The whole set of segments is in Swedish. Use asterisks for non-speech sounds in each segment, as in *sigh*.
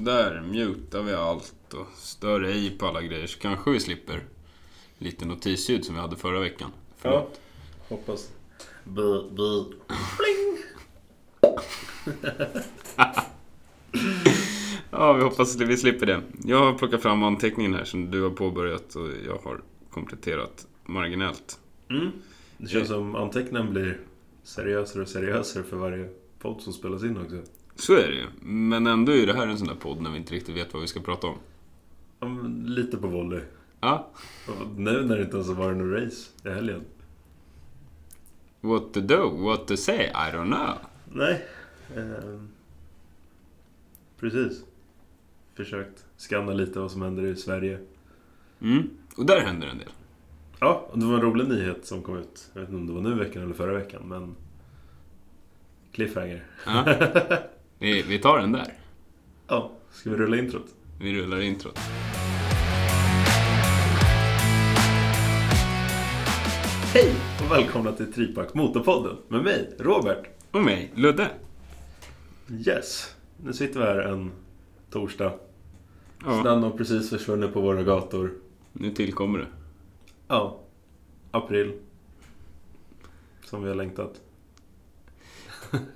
där mutar vi allt och stör ej på alla grejer så kanske vi slipper lite notisljud som vi hade förra veckan. Ja, Förlåt. hoppas. Bu, bu. Pling! Ja, vi hoppas att vi slipper det. Jag har plockat fram anteckningen här som du har påbörjat och jag har kompletterat marginellt. Mm. Det känns som anteckningen blir seriösare och seriösare för varje podd som spelas in också. Så är det ju. Men ändå är det här en sån där podd när vi inte riktigt vet vad vi ska prata om. Ja, men lite på volley. Ja, Och Nu när det inte ens har varit något race i helgen. what to do, what to say, I don't know. Nej. Ehm. Precis. Försökt skanna lite vad som händer i Sverige. Mm. Och där händer en del. Ja, och det var en rolig nyhet som kom ut. Jag vet inte om det var nu i veckan eller förra veckan, men... Cliffhanger. Ja. Vi, vi tar den där. Ja, ska vi rulla introt? Vi rullar introt. Hej och välkomna till Tripack Motorpodden med mig, Robert. Och mig, Ludde. Yes, nu sitter vi här en torsdag. Ja, Snön har precis försvunnit på våra gator. nu tillkommer det. Ja, april. Som vi har längtat.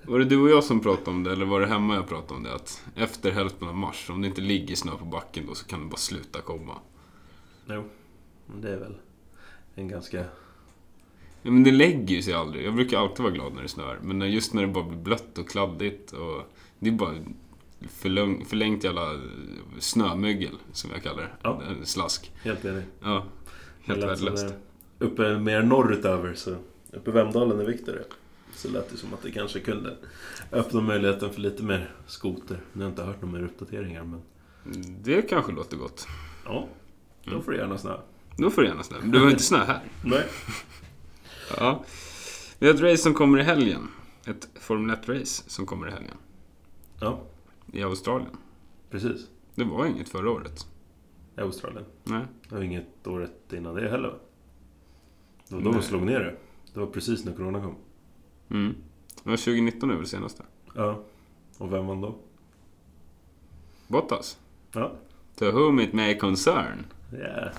Var det du och jag som pratade om det, eller var det hemma jag pratade om det? Att efter hälften av mars, om det inte ligger snö på backen då, så kan det bara sluta komma. Men Det är väl en ganska... Ja, men det lägger ju sig aldrig. Jag brukar alltid vara glad när det snöar. Men när- just när det bara blir blött och kladdigt och... Det är bara förlång, förlängt jävla snömögel, som jag kallar det. Ja. Eh, Slask. Helt enig. Ja, helt Det lät som värdelöst. det- Uppe mer norrutöver, så uppe i Vemdalen är Viktor Så lät det som att det kanske kunde öppna möjligheten för lite mer skoter. Nu har jag inte hört några mer uppdateringar, men Det kanske låter gott. ja, då Mm. får det gärna snö. Då får det gärna snö. Men det var inte snö här. Nej. Ja. Vi har ett race som kommer i helgen. Ett Formel 1-race som kommer i helgen. Ja, I Australien. precis. Det var inget förra året. I Australien. Nej. Det var inget året innan det heller va? Det var då de Nej. slog ner det. Det var precis när Corona kom. Mm. Det var 2019 nu väl senaste. Ja. Och vem vann då? Bottas. Ja. To whom it may concern. Yeah.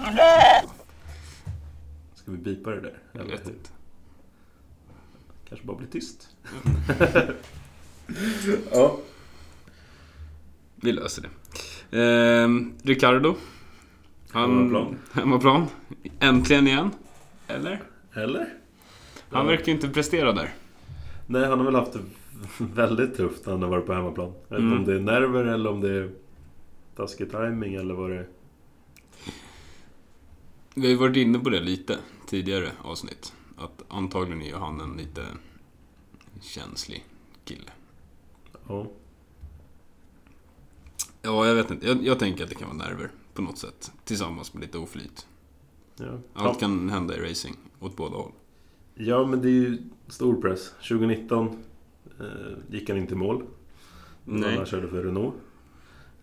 Ska vi bipa det där? Jag Eller vet hur? inte. Kanske bara bli tyst. ja. Vi löser det. Ehm, Ricardo. Hemmaplan. Hemmaplan. Äntligen igen. Eller? Eller? Han Ja. verkar ju inte prestera där. Nej, han har väl haft det *laughs* väldigt tufft när han har varit på hemmaplan. Jag vet inte Mm. om det är nerver eller om det är taskig timing eller vad det är. Vi har ju varit inne på det lite tidigare avsnitt. Att antagligen är ju han en lite känslig kille. Ja. Ja, jag vet inte. Jag, jag tänker att det kan vara nerver på något sätt. Tillsammans med lite oflyt. Ja. Allt kan hända i racing, åt båda håll. Ja, men det är ju stor press. 2019 eh, gick han inte i mål. Nej. Nej. Han körde för Renault.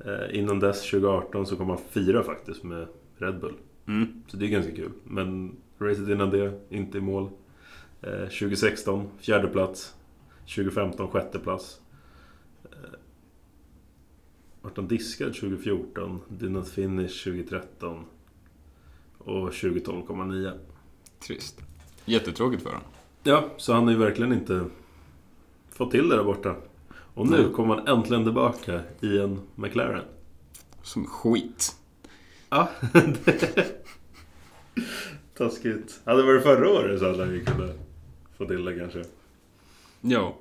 Eh, innan dess, 2018, så kom han fyra faktiskt med Red Bull. Mm. Så det är ganska kul. Men racet innan det, inte i mål. Eh, 2016, fjärde plats. 2015, sjätte plats. Eh, vart han diskad 2014. Did not finish 2013. Och 2012,9. Trist. Jättetråkigt för honom. Ja, så han har ju verkligen inte fått till det där borta. Och nu Nej. kommer han äntligen tillbaka i en McLaren. Som skit. Ja, det- Taskigt. Hade det varit förra året så hade han ju kunnat få till det kanske. Ja.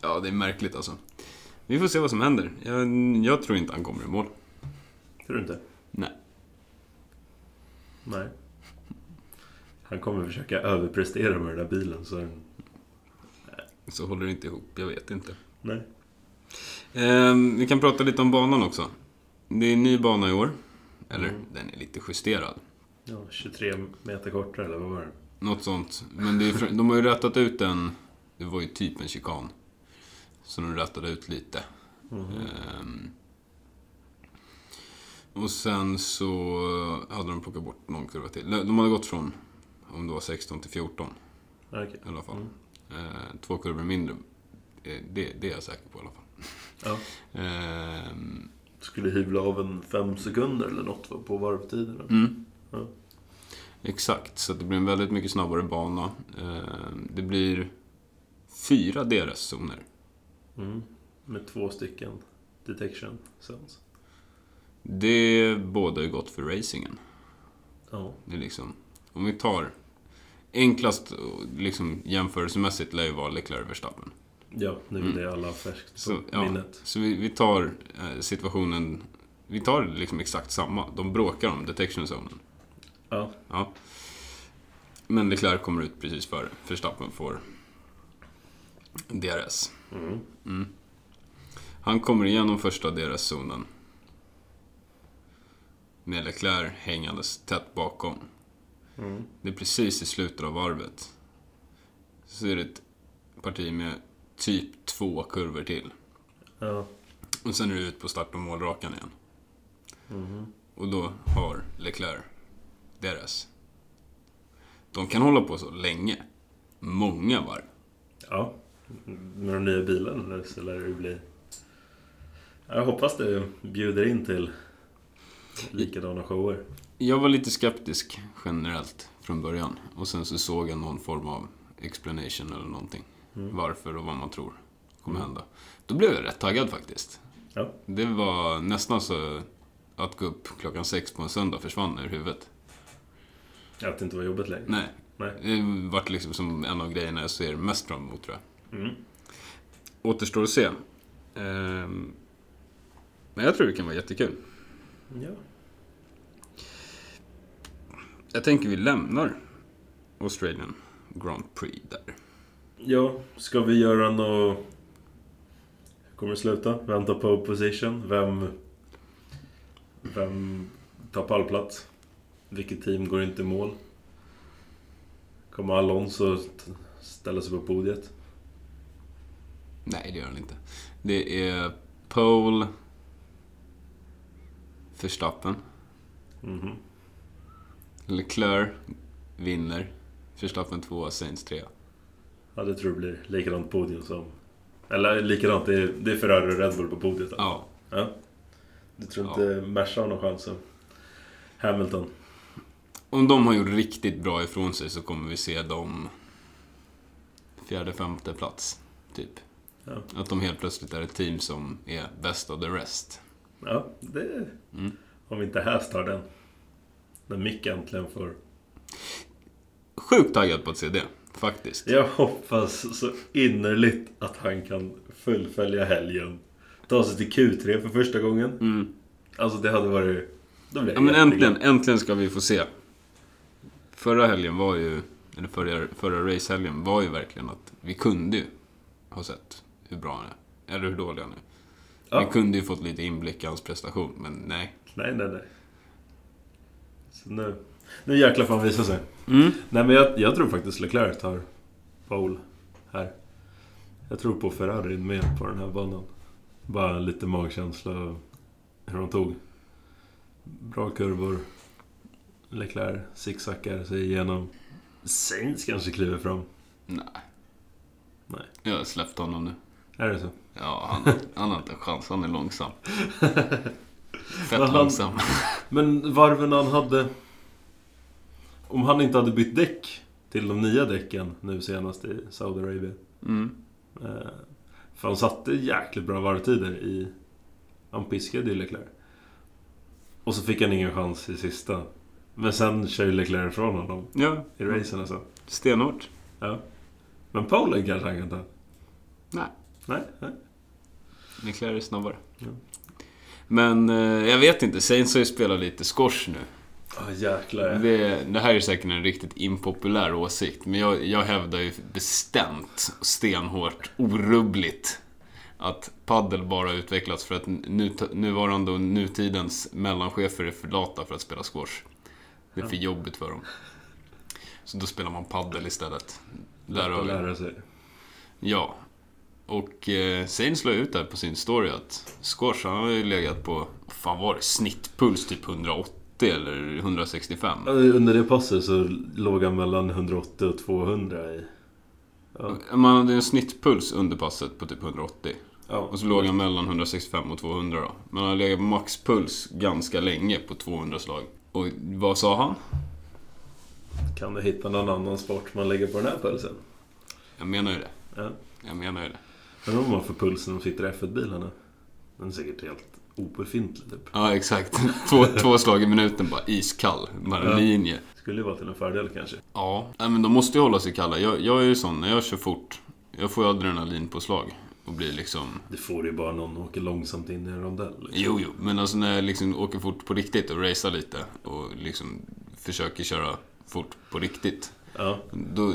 Ja, det är märkligt alltså. Vi får se vad som händer. Jag, jag tror inte han kommer i mål. Tror du inte? Nej. Nej. Han kommer försöka överprestera med den där bilen så... Så håller det inte ihop, jag vet inte. Nej. Ehm, vi kan prata lite om banan också. Det är en ny bana i år. Eller, Mm. den är lite justerad. Ja, 23 meter kortare eller vad var det? Något sånt. Men det är, fr- de har ju rättat ut en... Det var ju typ en chikan. Så de rättade ut lite. Mm. Ehm, och sen så hade de plockat bort någon kurva till. Nej, De hade gått från, om det var 16 till 14 Okej. i alla fall. Mm. Eh, två kurvor mindre. Eh, Det, det är jag säker på i alla fall. Ja. *laughs* Ehm, skulle hyvla av en fem sekunder eller något va, på varvtiderna. Mm. Ja. Exakt, så att det blir en väldigt mycket snabbare bana. Eh, Det blir fyra DRS-zoner. Mm. Med två stycken detection zones. Det bådar ju gott för racingen. Ja. Det är liksom, om vi tar enklast och liksom, jämförelsemässigt lär ju vara Leclerc och Verstappen. ja, nu är Mm. det alla färskt på Så, ja. minnet. Så vi, vi tar eh, situationen, vi tar liksom exakt samma. De bråkar om detection zonen. Ja. ja. Men Leclerc kommer ut precis före. Verstappen får DRS. Mm. Mm. Han kommer igenom första deras zonen. Med Leclerc hängandes tätt bakom. Mm. Det är precis i slutet av varvet. Så är det ett parti med typ två kurvor till. Ja. Och sen är det ut på start och målrakan igen. Mhm. Och då har Leclerc deras. De kan hålla på så länge. Många varv. ja. Med de nya bilarna nu så lär det bli... Jag hoppas det bjuder in till likadana shower. Jag var lite skeptisk generellt från början. Och sen så såg jag någon form av explanation eller någonting. Mm. Varför och vad man tror kommer Mm. hända. Då blev jag rätt taggad faktiskt. Ja. Det var nästan så att gå upp klockan sex på en söndag försvann ur huvudet. Att det inte var jobbigt längre. Nej. Nej. Det vart liksom som en av grejerna jag ser mest fram emot tror jag. Mm. Återstår att se. Ehm, Men jag tror det kan vara jättekul. Ja. Jag tänker vi lämnar Australian Grand Prix där. Ja, ska vi göra något... Hur kommer det sluta? Vem tar pole position? Vem... Vem tar pallplats? Vilket team går inte i mål? Kommer Alonso t- ställa sig på podiet? Nej, det gör han inte. Det är Pole... Verstappen. Mhm. Leclerc vinner. Verstappen tvåa, Sainz trea. Ja, det tror jag blir likadant podium som... Eller likadant, det är, det är Ferrari och Red Bull på podiet. alltså. Ja, Du tror Ja. inte Merca har någon chans? att- Hamilton? om de har gjort riktigt bra ifrån sig så kommer vi se dem... Fjärde, femte plats, typ. Ja. Att de helt plötsligt är ett team som är best of the rest. Ja, det... Mm. Om inte Häst tar den. När Mick äntligen får Sjukt taggad på att se det, faktiskt. Jag hoppas så innerligt att han kan fullfölja helgen. Ta sig till Q3 för första gången. Mm. Alltså det hade varit... Då blir Ja jag men jätteglad. äntligen, äntligen ska vi få se. Förra helgen var ju, eller förra, förra racehelgen var ju verkligen att vi kunde ju ha sett hur bra han är. Eller hur dålig han är. Ja. Vi kunde ju fått lite inblick i hans prestation, men nej. Nej, nej, nej. Så nu... Nu jäklar får han visa sig. Mm. Nej men jag, jag tror faktiskt Leclerc tar pole här. Jag tror på Ferrarin med på den här banan. Bara lite magkänsla av hur de tog. Bra kurvor. Leclerc zigzaggar sig igenom. Sainz kanske kliver fram. Nej. Nej. Jag har släppt honom nu. Är det så? Ja, *laughs* han, han har inte en chans. Han är *laughs* långsam. Fett Men han- långsam. Men varven han hade... Om han inte hade bytt däck till de nya däcken nu senast i Saudiarabien. Mm. Eh, För han satte jäkligt bra varvtider i... Han piskade ju Leclerc. Och så fick han ingen chans i sista. Men sen kör ju Leclerc ifrån honom Ja, i racen alltså. stenhårt. Men Polen kanske han kan ta? Nej. Nej? nej. Leclerc är snabbare. Ja. Men eh, jag vet inte. Sainz har ju spelat lite squash nu. Ah jäklar. Det, det här är säkert en riktigt impopulär åsikt, men jag, jag hävdar ju bestämt, stenhårt, orubbligt att paddel bara har utvecklats för att nu, nuvarande och nutidens mellanchefer är för lata för att spela squash. Det är för jobbigt för dem. Så då spelar man paddel istället. Där har vi. Lära sig. Ja. Och eh, Sainz la ut där på sin story att squash, han har ju legat på, vad fan var det, snittpuls typ 180 eller 165. Ja, Under det passet så låg han mellan 180 och 200 i... Ja. Man hade en snittpuls under passet på typ 180. Ja. Och så låg han mellan 165 och 200 då. Men han har legat på maxpuls ganska länge på 200 slag. Och vad sa han? Kan du hitta någon annan sport man lägger på den här pulsen? Jag menar ju det. Ja. Jag menar ju det. Undrar vad man får pulsen när de sitter i F1-bilarna. Den är säkert helt obefintlig typ. Ja, exakt. *laughs* Två, två slag i minuten bara. Iskall. Bara Ja. linje. Skulle ju vara till en fördel kanske. Ja, nej, men de måste ju hålla sig kalla. Jag, jag är ju sån, när jag kör fort, jag får ju adrenalinpåslag. Och blir liksom... Det får du ju bara någon åker långsamt in i en rondell. liksom. Jo, jo, men alltså när jag liksom åker fort på riktigt och racear lite och liksom försöker köra fort på riktigt. Ja. Då,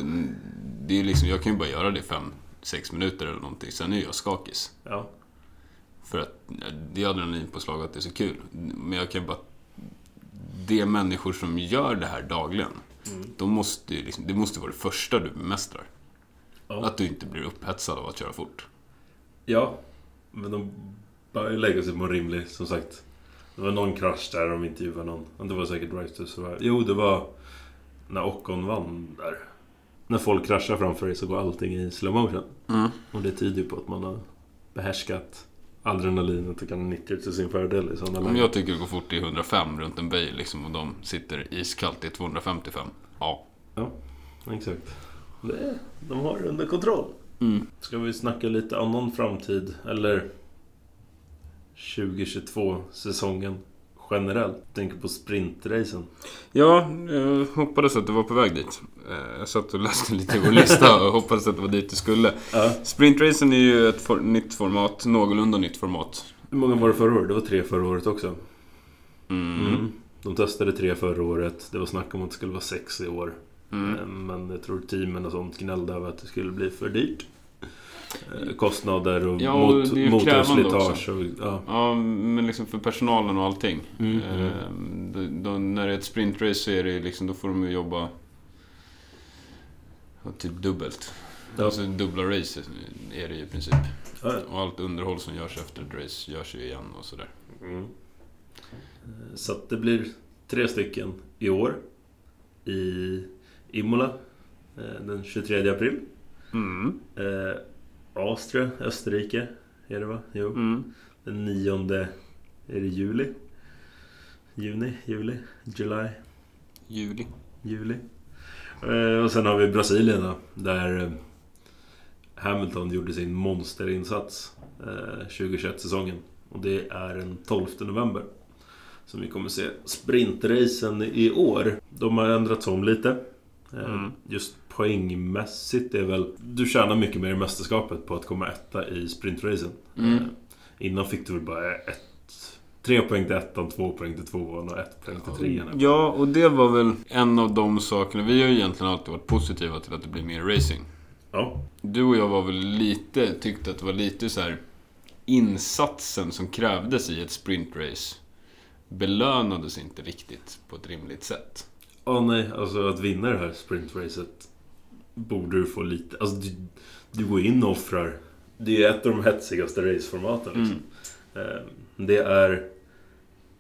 det är ju liksom, jag kan ju bara göra det i fem, sex minuter eller någonting. Sen är jag skakis. ja. För att ja, det är adrenalinpåslag och att det är så kul. Men jag kan ju bara... Det är människor som gör det här dagligen. De måste ju liksom, det måste vara det första du bemästrar. Ja. Att du inte blir upphetsad av att köra fort. ja. Men de bör ju lägga sig på en rimlig, som sagt. Det var någon krasch där de intervjuade någon. Men Det var säkert Drive to Survive. Jo, det var när Ockon vann där. När folk kraschar framför dig så går allting i slow motion. Och det tyder ju på att man har behärskat adrenalinet och kan nyttja det till sin fördel i sådana Om lägen. jag tycker det går fort i 105 runt en böj liksom, och de sitter iskallt i 255. Ja. Exakt. Det, de har det under kontroll. Mm. Ska vi snacka lite annan framtid, eller 2022-säsongen generellt? Jag tänker på sprintracen. Ja, jag hoppades att du var på väg dit. Eh, Jag satt och läste lite i vår *laughs* lista och hoppades att det var dit du skulle. Ja. Sprintracen är ju ett for- nytt format, någorlunda nytt format. Hur många var det förra året? Det var tre förra året också. Mm. Mm. De testade tre förra året. Det var snack om att det skulle vara sex i år. Mm. Eh, Men jag tror teamen och sånt gnällde över att det skulle bli för dyrt. Eh, Kostnader och Ja, och mot, det är ju krävande motorslitage. Och, ja. Ja, men liksom för personalen och allting. Mm. Eh, Då, då, när det är ett sprintrace så är det ju liksom, då får de ju jobba ja, typ dubbelt. Ja. Alltså dubbla race är det ju i princip. Ja, ja. Och allt underhåll som görs efter ett race görs ju igen och sådär. Eh, Så att det blir tre stycken i år i Imola eh, den 23 april. Mm. Eh, Austria, Österrike är det va? Jo. Mm. Den 9 är det juli. Juni, juli, juli, Juli. juli. Eh, Och sen har vi Brasilien då, där eh, Hamilton gjorde sin monsterinsats eh, 2021-säsongen. Och det är den 12 november. Som vi kommer se sprintracen i år. De har ändrats om lite. Eh, Mm. Just poängmässigt är väl... Du tjänar mycket mer i mästerskapet på att komma etta i sprintracen. Mm. Eh, Innan fick du väl bara ett... Tre poäng till ettan, två poäng till tvåan och ett poäng till trean. Ja, och det var väl en av de sakerna. Vi har ju egentligen alltid varit positiva till att det blir mer racing. Ja. Du och jag var väl lite, tyckte att det var lite så här insatsen som krävdes i ett sprintrace belönades inte riktigt på ett rimligt sätt. Ja, nej. Alltså att vinna det här sprintracet borde du få lite... Alltså du, du går in och offrar. Det är ju ett av de hetsigaste raceformaten. Liksom. Eh, Det är...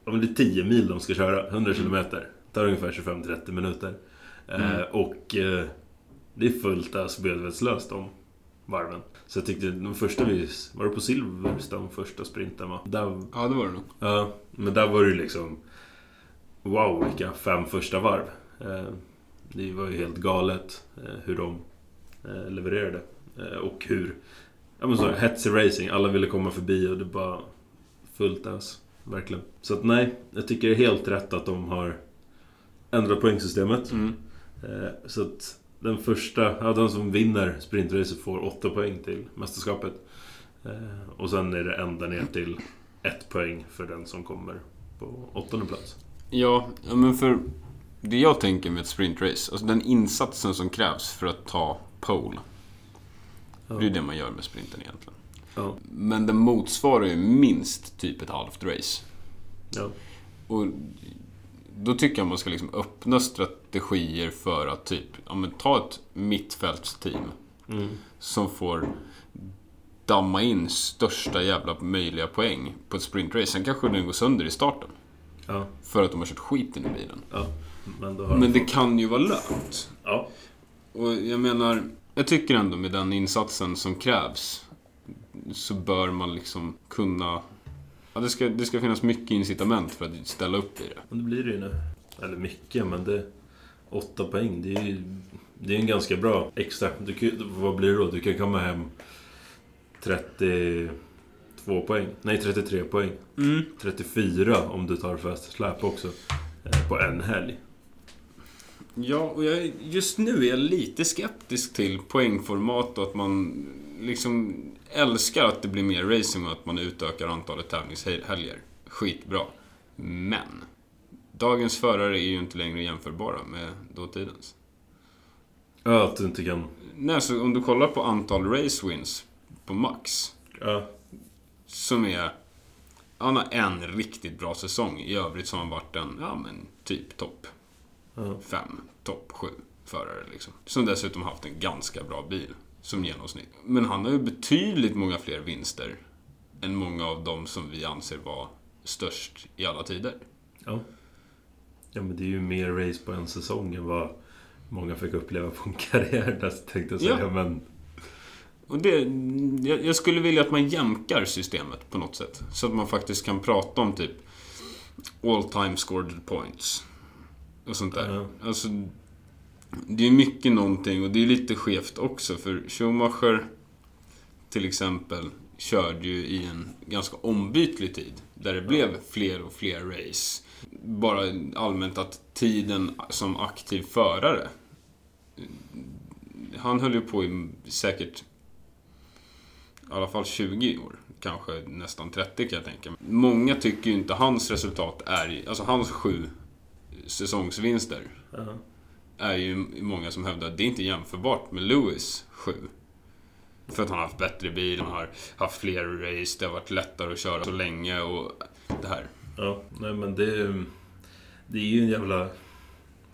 Ja, men det är 10 mil de ska köra. 100 kilometer. Det tar ungefär 25-30 minuter. Eh, Mm. Och eh, det är fullt ös medvetslöst om varven. Så jag tyckte de första vi... Var det på Silverstone första sprinten va? Där Ja, det var det nog. Ja, men där var det ju liksom... Wow, vilka fem första varv. Eh, Det var ju helt galet eh, hur de eh, levererade. Eh, Och hur... Ja men så, hetsig racing. Alla ville komma förbi och det bara... Fullt ös. Verkligen. Så att nej, jag tycker det är helt rätt att de har ändrat poängsystemet. Mm. Eh, Så att den första, ja, den som vinner sprintracet får 8 poäng till mästerskapet. Eh, Och sen är det ända ner till 1 poäng för den som kommer på åttonde plats. Ja, ja, men för det jag tänker med ett sprintrace, alltså den insatsen som krävs för att ta pole, Ja. det är ju det man gör med sprinten egentligen. Ja. Men den motsvarar ju minst typ ett halvt race. Ja. Och då tycker jag man ska liksom öppna strategier för att typ, ja men ta ett mittfältsteam Mm. som får damma in största jävla möjliga poäng på ett sprintrace. Sen kanske den går sönder i starten ja. för att de har kört skiten i bilen. ja. Men då har Men det kan ju vara lönt. Ja. Och jag menar, jag tycker ändå med den insatsen som krävs så bör man liksom kunna... Ja, det, ska, det ska finnas mycket incitament för att ställa upp i det. Men det blir det ju nu. Eller mycket, men det... Åtta poäng, det är ju... Det är en ganska bra extra. Du kan, vad blir det då? Du kan komma hem 32 poäng. Nej, 33 poäng. 34 om du tar fast släp också. eh, På en helg. Ja, och jag, är- just nu är jag lite skeptisk till poängformat och att man liksom älskar att det blir mer racing och att man utökar antalet tävlingshelger. Skitbra. Men, dagens förare är ju inte längre jämförbara med dåtidens. Ja, att du inte kan... Nej, så om du kollar på antal race wins på max, Ja, som är... Han har en riktigt bra säsong. I övrigt så har han varit en, ja men, typ topp ja. fem, topp sju förare liksom. Som dessutom haft en ganska bra bil som genomsnitt. Men han har ju betydligt många fler vinster än många av de som vi anser vara störst i alla tider. ja men det är ju mer race på en säsong än vad många fick uppleva på en *laughs* karriär nästan tänkte jag säga. Ja. Men Och det, jag jag skulle vilja att man jämkar systemet på något sätt. Så att man faktiskt kan prata om typ all time scored points. Och sånt där. Ja. Alltså, det är mycket någonting och det är lite skevt också för Schumacher till exempel körde ju i en ganska ombytlig tid. Där det blev fler och fler race. Bara allmänt att tiden som aktiv förare. Han höll ju på i säkert i alla fall 20 år. Kanske nästan 30 kan jag tänka mig. Många tycker ju inte hans resultat är... Alltså hans sju säsongsvinster ja. är ju många som hävdar att det är inte jämförbart med Lewis 7. För att han har haft bättre bil, han har haft fler race, det har varit lättare att köra så länge och det här. Ja, nej men det är, ju- det är ju en jävla...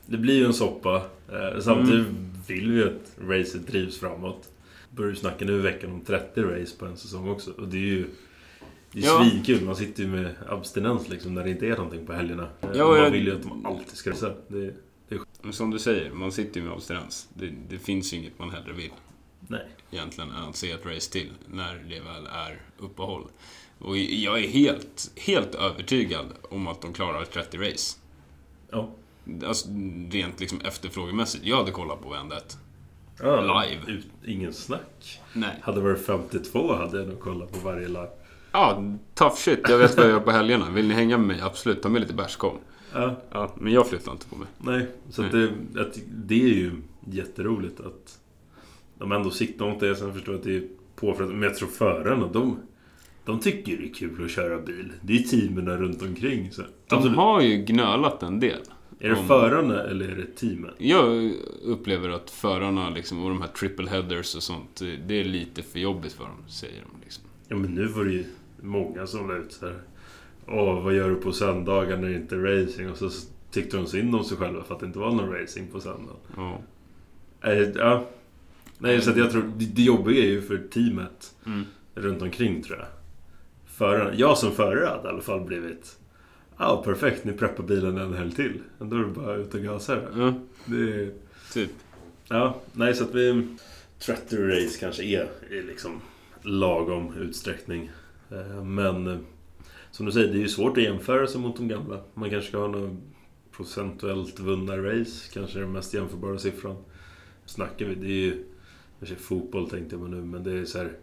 Det blir ju en soppa. Eh, Samtidigt Mm. vill vi ju att racet drivs framåt. Börjar ju snacka nu i veckan om 30 race på en säsong också. Och det är ju... Det är Ja. svinkul. Man sitter ju med abstinens liksom när det inte är någonting på helgerna. Eh, Ja, man jag- vill ju att man alltid ska resa. Det, Men som du säger, man sitter ju med abstinens. Det, det finns ju inget man hellre vill nej. egentligen än att se ett race till när det väl är uppehåll. Och jag är helt, helt övertygad om att de klarar 30 race. Ja. Alltså, rent liksom efterfrågemässigt. Jag hade kollat på varenda ett. Ja, Live. Ut, ingen snack. Nej. Hade det varit 52 hade jag nog kollat på varje live. Ja, tough shit. Jag vet vad jag gör på helgerna. Vill ni hänga med mig? Absolut, ta med lite bärs, kom. Ja. Ja, men jag flyttar inte på mig. Nej, så att det, att det är ju jätteroligt att de ändå siktar mot det. Sen förstår jag att det är påfrestande. Men jag tror förarna, de, de tycker det är kul att köra bil. Det är teamen runt omkring. Så. De Absolut. har ju gnölat en del. Är det förarna eller är det teamen? Jag upplever att förarna liksom, och de här triple headers och sånt, det är lite för jobbigt för dem, säger de. Liksom. Ja, men nu var det ju många som la ut så här. Åh, vad gör du på söndagar när det inte är racing? Och så tyckte de synd om sig själva för att det inte var någon racing på söndagen. Ja. Eh, Ja. Nej, så att jag tror det, det jobbiga är ju för teamet. Mm. runt omkring tror jag. Föraren, jag som förare hade i alla fall blivit Ja, perfekt. Nu preppar bilen en helg till. Då är det bara ut och gasa. då." ja, Det är, typ. ja, nej, så att vi... 30 race kanske är i liksom lagom utsträckning. Eh, Men eh, som du säger, det är ju svårt att jämföra sig mot de gamla. Man kanske ska ha något procentuellt vunna race. Kanske den mest jämförbara siffran. Snackar vi, det är ju... Kanske fotboll tänkte jag på nu, men det är så här...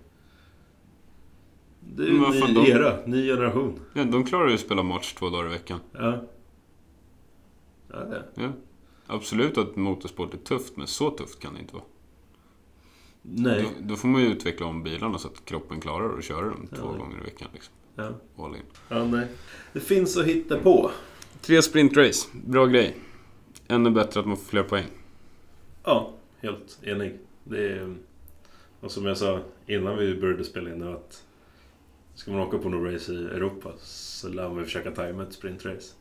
Det är ju Men vad en fan, ny de- era, ny generation. Ja, de klarar ju att spela match två dagar i veckan. Ja. Ja, ja. Absolut att motorsport är tufft, men så tufft kan det inte vara. Nej. Då, då får man ju utveckla om bilarna så att kroppen klarar att köra dem två Ja. gånger i veckan. Liksom. Ja. All in. Ja, nej. Det finns att hitta på. Tre sprintrace, bra grej. Ännu bättre att man får fler poäng. Ja, helt enig. Det är, och som jag sa innan vi började spela in nu att ska man åka på något race i Europa så lär man ju försöka tajma ett sprintrace.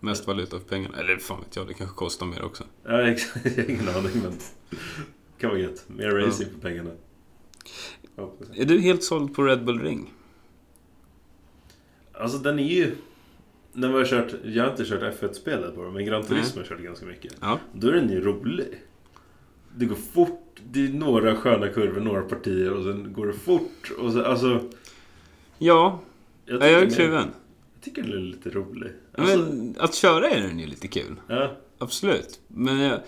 Mest valuta för pengarna. Eller fan vet jag, det kanske kostar mer också. Ja, *laughs* exakt. Jag har ingen aning men det kan vara gött. Mer racing för pengarna. Hoppas jag. Är du helt såld på Red Bull Ring? Alltså den är ju... När vi har kört, jag har inte kört F1-spelet på den, men Gran Turismo har jag kört ganska mycket. Ja. Då är den ju rolig. Det går fort, fort. Det är några sköna kurvor, några partier och sen går det fort. Och så, alltså, Ja, jag jag är den är- kluven. jag tycker den är lite rolig. Alltså, Men att köra är den ju lite kul. ja. Absolut. Men jag,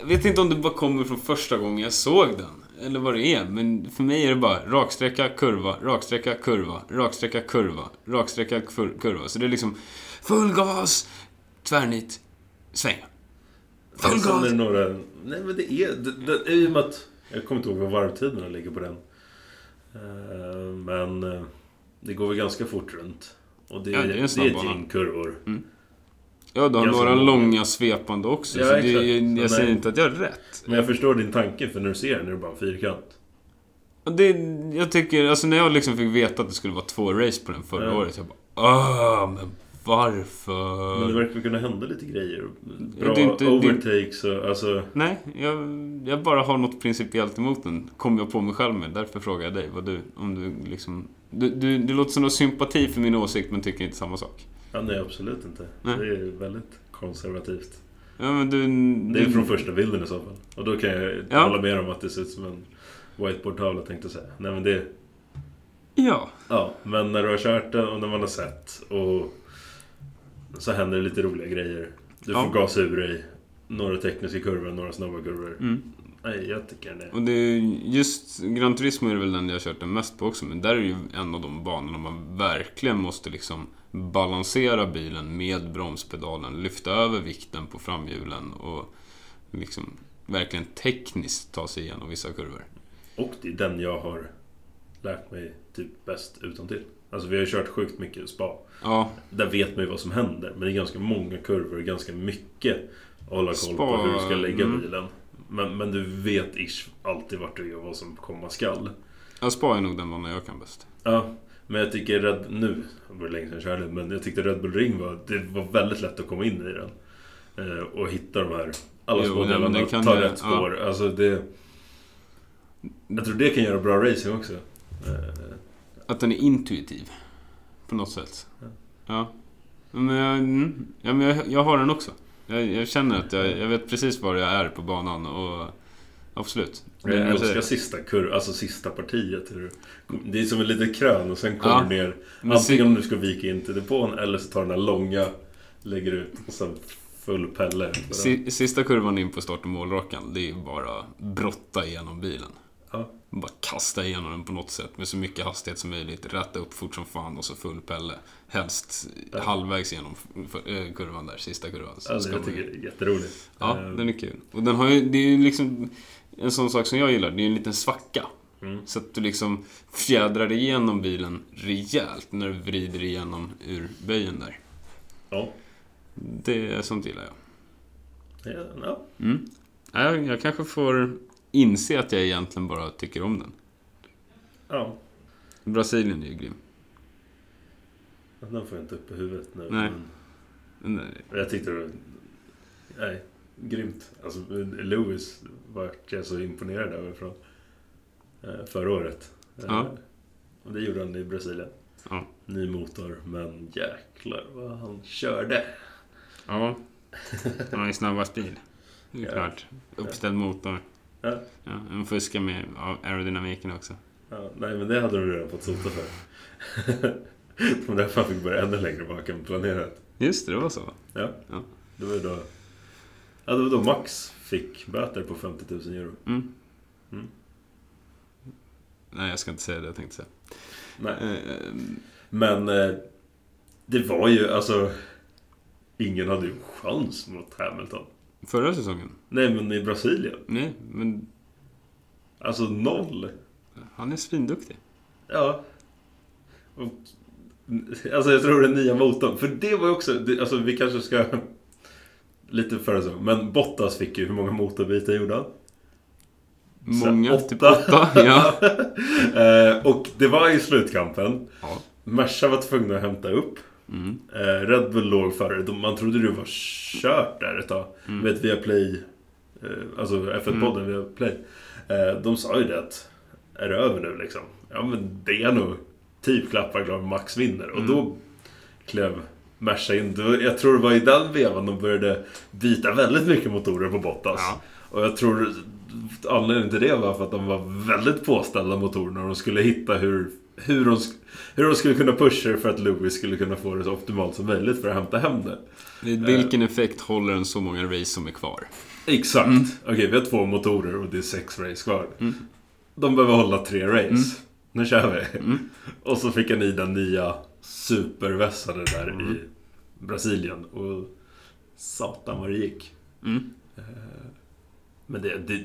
jag vet inte om det bara kommer från första gången jag såg den. Eller vad det är. Men för mig är det bara raksträcka, kurva, raksträcka, kurva, raksträcka, kurva, raksträcka, kur- kurva. Så det är liksom full gas, tvärnit, svänga. Full Sen är gas. det några... Nej men det är... Det, det, I och med att... Jag kommer inte ihåg vad varvtiderna ligger på den. Eh, Men eh, det går väl ganska fort runt. Och det, Ja, det är en det är snabb ett bana. gäng kurvor. Ja, du har Ganska några många. långa svepande också. Ja, så det, exakt. är- jag Så säger nej. inte att jag har rätt. Men jag förstår din tanke för när du ser den är det bara en fyrkant. Och det, jag tycker, alltså när jag liksom fick veta att det skulle vara två race på den förra Ja. året. Jag bara, ah, men varför? Men det verkar kunna hända lite grejer. Bra det är inte- det- overtakes och alltså... Nej, jag, jag bara har något principiellt emot den. Kom jag på mig själv med. Därför frågar jag dig vad du, om du liksom... Du, du, det låter som du har sympati för min åsikt men tycker inte samma sak. Ja, nej absolut inte. Nej. Det är väldigt konservativt. Ja, men du... Det är du från första bilden i så fall. Och då kan jag Mm. Ja. hålla med om att det ser ut som en whiteboardtavla tänkte jag säga. Nej men det... Ja. Ja, men när du har kört den och när man har sett och så händer det lite roliga grejer. Du Ja. får gas ur dig. Några tekniska kurvor, några snabba kurvor. Mm. Nej, jag tycker det. Och det är just Gran Turismo är väl den jag har kört den mest på också. Men där är ju en av de banorna man verkligen måste liksom balansera bilen med bromspedalen. Lyfta över vikten på framhjulen och liksom verkligen tekniskt ta sig igenom vissa kurvor. Och det är den jag har lärt mig typ bäst utan till. Alltså vi har ju kört sjukt mycket spa. Ja, Där vet man ju vad som händer. Men det är ganska många kurvor och ganska mycket att hålla koll på Spa, hur du ska lägga mm. bilen. Men, men du vet ish alltid vart du är och vad som komma skall. Ja, Spa är nog den banan jag kan bäst. Ja, men jag tycker Red... Nu det var det länge sedan jag körde, men jag tyckte Red Bull Ring var... Det var väldigt lätt att komma in i den. Eh, och hitta de här... Alla Jo, små nej, men delarna, det kan ta det- rätt spår. Alltså det... Jag tror det kan göra bra racing också. Eh, Att den är intuitiv. På något sätt. Ja. Ja. Men jag, mm, ja, men jag, jag har den också. Jag, jag känner att jag, jag vet precis var jag är på banan och... Absolut. jag Men alltså, älskar sista kur, alltså sista partiet. hur du- Det är som en liten krön och sen kommer Ja. du ner. men Antingen se- om du ska vika in till depån eller så tar du den här långa, lägger ut och sen full pelle. ut på den. si- Sista kurvan in på start och målrakan, det är ju bara brotta igenom bilen. Ja. Bara kasta igenom den på något sätt med så mycket hastighet som möjligt. Räta upp fort som fan och så full pelle. Helst Ja. halvvägs genom f- eh, kurvan där, sista kurvan. Så Alltså, ska jag man ju- tycker det är jätteroligt. Ja, Eh, den är kul. Och den har ju, det är ju liksom en sån sak som jag gillar, det är en liten svacka. Mm. Så att du liksom fjädrar igenom bilen rejält när du vrider igenom ur böjen där. ja. Det är sånt gillar jag. Ja, ja. Mm. Ja, Jag, jag kanske får inse att jag egentligen bara tycker om den. Ja, Brasilien är ju grym. den får jag inte upp i huvudet nu. Nej. Den är- Men jag tyckte det var... Nej, grymt. Alltså, Lewis vart jag så imponerad över från eh, förra året. Eh, Ja. Och det gjorde han i Brasilien. Ja. Ny motor, men jäklar vad han körde. Ja, den har ju snabbast bil. Det är Ja. klart. Uppställd motor. Ja. Ja, den fuskar med ja, aerodynamiken också. Ja, nej, men det hade de redan fått sota för. *laughs* Det var därför han fick börja ännu längre bak än planerat. Just det, det var så. Det var ju då... Ja, det var då Max fick böter på 50 000 euro. Mm. Mm. Nej, jag ska inte säga det jag tänkte säga. Nej. Eh, Men eh, det var ju alltså... Ingen hade ju chans mot Hamilton. förra säsongen? Nej, men i Brasilien. Nej, men Alltså noll. han är svinduktig. Ja. Och, alltså jag tror den nya motorn. För det var ju också... Det, alltså vi kanske ska... *laughs* Lite före så. Men Bottas fick ju... Hur många motorbyten gjorde han? Många, Så, typ åtta. *laughs* Ja. eh, och det var ju slutkampen. Ja. Merca var tvungna att hämta upp. Mm. Eh, Red Bull låg före. De- Man trodde det var kört där ett tag. Mm. Vet via Play, eh, alltså F1-podden via Play. Eh, de sa ju det att, är det över nu liksom? Ja men det är nog typ klappar glad Max vinner. Och Mm. då klev Merca in. Då- Jag tror det var i den vevan de började byta väldigt mycket motorer på Bottas. Ja. Och jag tror anledningen till det var för att de var väldigt påställda motorerna och de skulle hitta hur, hur, de, sk- hur de skulle kunna pusha det för att Lewis skulle kunna få det så optimalt som möjligt för att hämta hem det. Vid vilken effekt håller en så många race som är kvar? Exakt. Okej, vi har två motorer och det är sex race kvar. Mm. De behöver hålla tre race. Mm. Nu kör vi. Mm. Och så fick han i den nya supervässade där Mm. i Brasilien. Och satan vad det gick. Mm. Men det, det,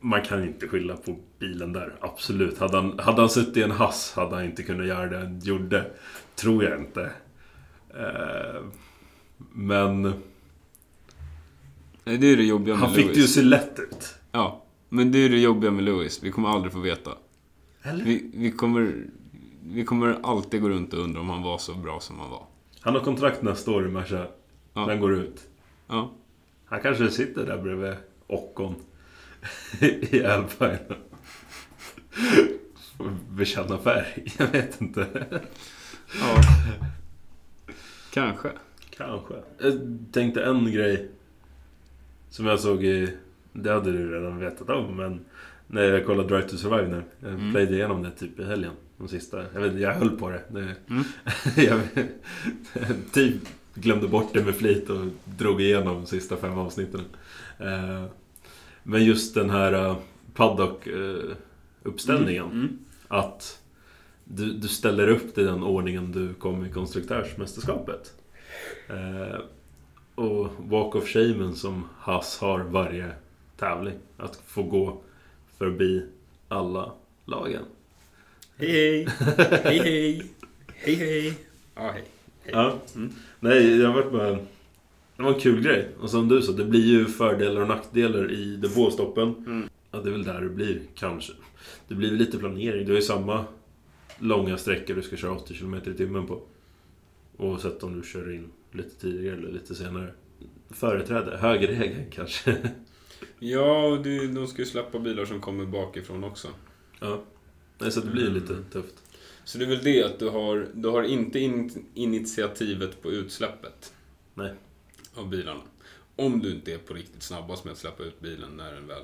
man kan inte skylla på bilen där. Absolut. Hade han, hade han suttit i en hass hade han inte kunnat göra det han gjorde. Tror jag inte. Eh, Men Nej, Det är det jobbiga med han Lewis. fick det ju se lätt ut. Ja, men det är det jobbiga med Lewis. Vi kommer aldrig få veta. Eller? Vi, vi, kommer, vi kommer alltid gå runt och undra om han var så bra som han var. Han har kontrakt nästa år i Merca. Ja. Den går ut. Ja, Han kanske sitter där bredvid Ockon *laughs* i Alpine. Och Bekänna färg. Jag vet inte. ja. kanske. Kanske. Jag tänkte en grej som jag såg i... Det hade du redan vetat om, men när jag kollade Drive to Survive nu. Jag Mm. playade igenom det typ i helgen. De sista. Jag vet inte, jag höll på det. det Mm. *laughs* jag typ glömde bort det med flit och drog igenom de sista fem avsnitten. Eh, Men just den här eh, Paddock-uppställningen. Mm. Att du, du ställer upp det i den ordningen du kom i konstruktörsmästerskapet. Eh, och Walk of Shamen som Haas har varje tävling. Att få gå förbi alla lagen. Hej hej! Hej hej! Hej hej! Ja, hej. Ja. Mm. Nej, jag vart bara... Det var en kul grej. Och som du sa, det blir ju fördelar och nackdelar i depåstoppen. Mm. Ja, det är väl där det blir, kanske. Det blir väl lite planering. Du har ju samma långa sträckor du ska köra 80 km i timmen på. Oavsett om du kör in lite tidigare eller lite senare. Företräde, högerregeln kanske. *laughs* Ja, och det, de ska ju släppa bilar som kommer bakifrån också. Nej, så det blir ju lite Mm. tufft. Så det är väl det att du har, du har inte in, initiativet på utsläppet. Nej. Av bilarna. Om du inte är på riktigt snabbast med att släppa ut bilen när den väl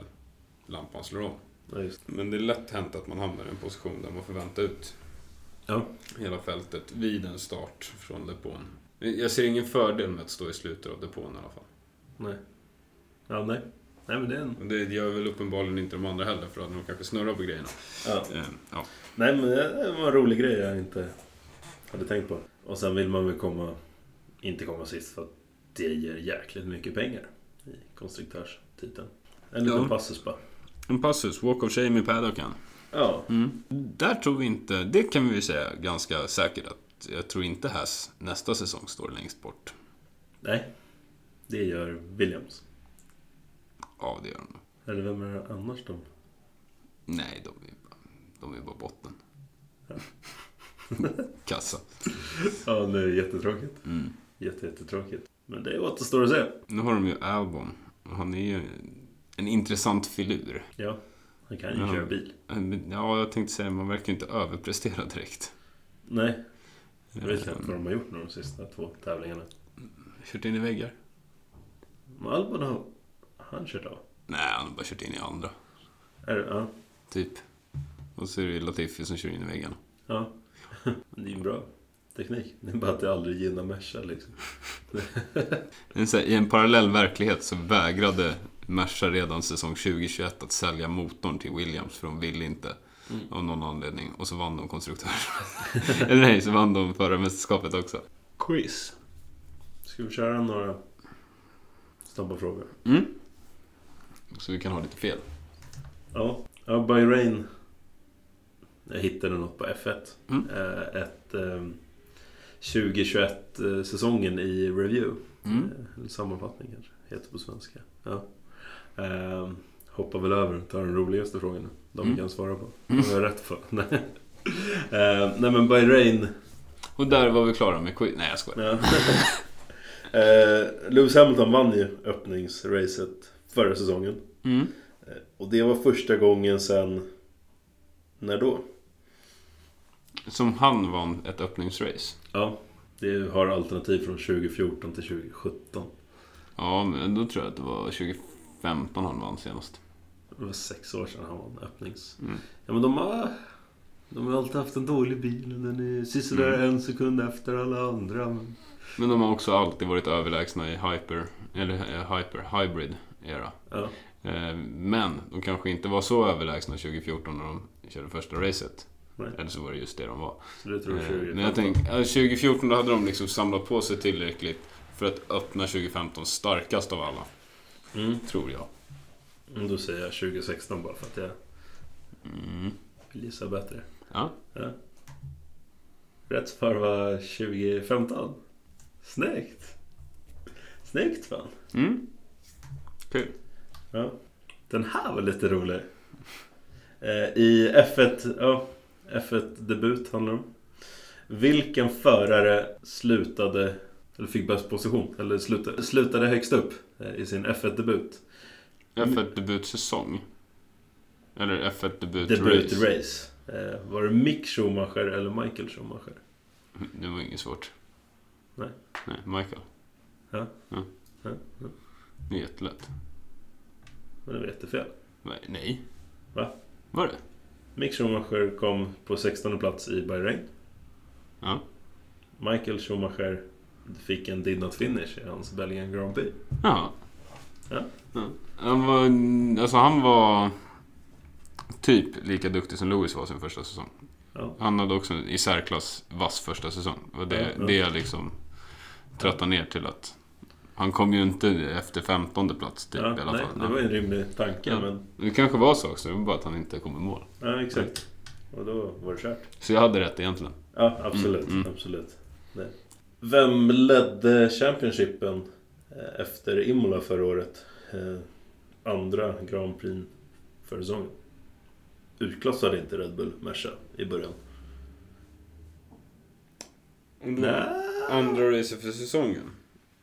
lampan slår om. Ja, just. Men det är lätt hänt att man hamnar i en position där man får vänta ut Ja. hela fältet vid en start från depån. Jag ser ingen fördel med att stå i slutet av depån i alla fall. ja, nej. Nej, men det är en... Och det gör väl uppenbarligen inte de andra heller, för då hade de kanske snurrat på grejerna. Ja. Eh, Ja. Nej men det var en rolig grej jag inte hade tänkt på. Och sen vill man väl komma, inte komma sist för att det ger jäkligt mycket pengar i konstruktörstiteln. En liten Ja. passus bara. En passus, Walk of Shame i paddocken. Ja, Mm. Där tror vi inte, det kan vi ju säga ganska säkert att jag tror inte Hass nästa säsong står längst bort. nej. Det gör Williams. Ja, det gör de nog. Eller vem är det annars då? Nej, de är, bara- de är bara *laughs* botten. Kassa. Ja, det är jättetråkigt. Mm. Jätte, jättetråkigt. Men det återstår att se. Nu har de ju Albon. och Han är ju en intressant filur. Ja, han kan ju Ja. köra bil. Men, Ja, jag tänkte säga, man verkar ju inte överprestera direkt. Nej, jag vet Eh, knappt vad de har gjort nu de sista två tävlingarna. Kört in i väggar? Men Albon har han kört av. Nej, han har bara kört in i andra. Är det, ja. Typ. Och så är det Latifi som kör in i väggen. Ja. *laughs* Det är ju en bra teknik. Det är bara att det aldrig gynnar Merca liksom. Men så här, I en parallell verklighet så vägrade Merca redan säsong 2021 att sälja motorn till Williams för de ville inte Mm. av någon anledning. Och så vann de konstruktörs... *laughs* Eller nej, så vann de förra mästerskapet också. Quiz. Ska vi köra några snabba frågor? Mm. Så vi kan ha lite fel. Ja. ja Bahrain. Jag hittade något på F1. Mm. Eh, Ett eh, 2021 eh, säsongen i review. Mm. Eh, Eller sammanfattning kanske. Heter på svenska. Ja. Eh, hoppar väl över och tar den roligaste frågan. nu. De vi Mm. kan svara på. De Mm. har jag rätt på. Nej. *laughs* Eh, nej men Bahrain. *laughs* Och där var vi klara med quiz. Nej, jag skojar. Ja. *laughs* eh, Lewis Hamilton vann ju öppningsracet förra säsongen. Mm. Eh, Och det var första gången sen... När då? Som han vann ett öppningsrace. Ja, det har alternativ från 2014 till 2017. Ja, men då tror jag att det var 2015 han vann senast. Det var sex år sedan han vann öppnings. Mm. Ja men de har... De har alltid haft en dålig bil och den är sisådär Mm. en sekund efter alla andra. Men... Men de har också alltid varit överlägsna i hyper, eller eh, hyper, hybrid era. Ja. Eh, Men de kanske inte var så överlägsna 2014 när de körde första racet. Nej. Eller så var det just det de var. Så det tror jag Eh, 20. Men jag tänk, eh, 2014 då hade de liksom samlat på sig tillräckligt för att öppna 2015 starkast av alla, Mm. tror jag. Mm, Då säger jag 2016 bara för att jag Mm. vill gissa bättre. Ja. Rätt svar var 2015. Snyggt! Snyggt fan! Mm. Kul. Ja. Den här var lite rolig. Eh, I F1, ja, F1 debut handlar det om. Vilken förare slutade, eller fick bäst position, eller slutade, slutade högst upp eh, i sin F1 debut? F1 debutsäsong. Eller F1 debut, Debut race. race. Eh, var det Mick Schumacher eller Michael Schumacher? Det var inget svårt. Nej. Nej, Michael. Ja. ja. Ja, ja. Det är jättelätt. Men det var jättefel. Nej, Nej. Va? Var det? Mick Schumacher kom på 16 plats i Bahrain. Ja. Michael Schumacher fick en did not finish i hans Belgian Grand Prix. Jaha. Ja. Ja. Han var, alltså han var typ lika duktig som Lewis var sin första säsong. Ja. Han hade också en i särklass vass första säsong. Och det, Ja, ja. det jag liksom tröttade ner till att han kom ju inte efter femtonde plats typ, ja, i alla nej, fall. det var en rimlig tanke Ja. men... Det kanske var så också, det var bara att han inte kom i mål. Ja, exakt. Och då var det kört. Så jag hade rätt egentligen. Ja, absolut. Mm, mm. absolut. Nej. Vem ledde Championshipen eh, efter Imola förra året? Eh, Andra Grand Prix för säsongen. Utklassade inte Red Bull Merca i början? Andra racet för säsongen.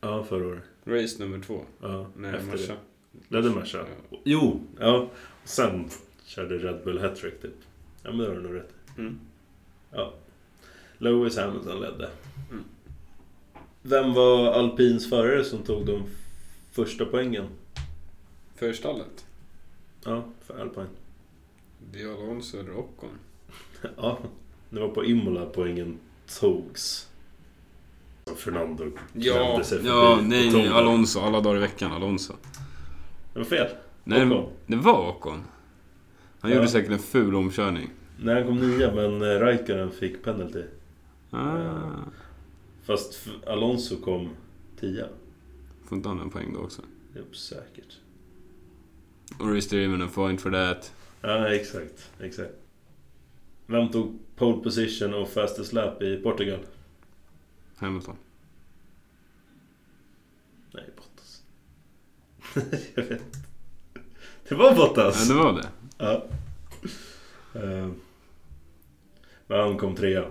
Ja, förra året. Race nummer två. Ja, efter det. Merca. Ledde Merca? Jo, ja. Sen körde Red Bull hattrick typ. Ja men det har du nog rätt i. Mm. Ja. Lewis Hamilton ledde. Mm. Vem var alpins förare som tog de första poängen? För stallet. Ja, för alpine. Dialonso eller Ockon. *laughs* Ja, det var på Imola poängen togs. Fernando Ja, klämde sig förbi ja och nej, tog nej, den. Alonso. Alla dagar i veckan, Alonso. Det var fel. Nej, Ocon. det var Ocon. Han Ja. gjorde säkert en ful omkörning. Nej, han kom nia men eh, Raikkonen fick penalty. Ah, Fast F- Alonso kom tia. får inte han en poäng då också? Det är säkert. Och Rister even a point for that. Ja, exakt. exakt. Vem tog pole position och fastest lap i Portugal? Hamilton. Nej, Bottas. *laughs* Jag vet inte. Det var Bottas! Ja, det var det. Ja. Eh, Men han kom trea.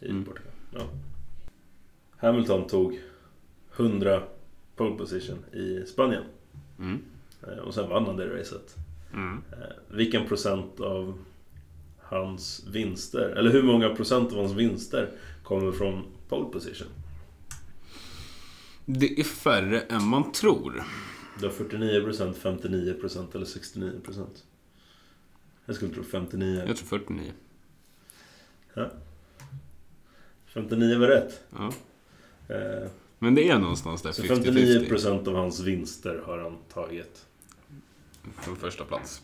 I Mm. Portugal. Ja. Hamilton tog 100 pole position i Spanien. Mm. Eh, Och sen vann han det racet. Mm. Eh, Vilken procent av hans vinster, eller hur många procent av hans vinster kommer från pole position? Det är färre än man tror. Du har 49 procent, 59 procent eller 69 procent. Jag skulle tro 59. Jag tror 49. 59 var rätt. Ja. Eh, Men det är någonstans där Så 59 50-50. procent av hans vinster har han tagit. Från första plats.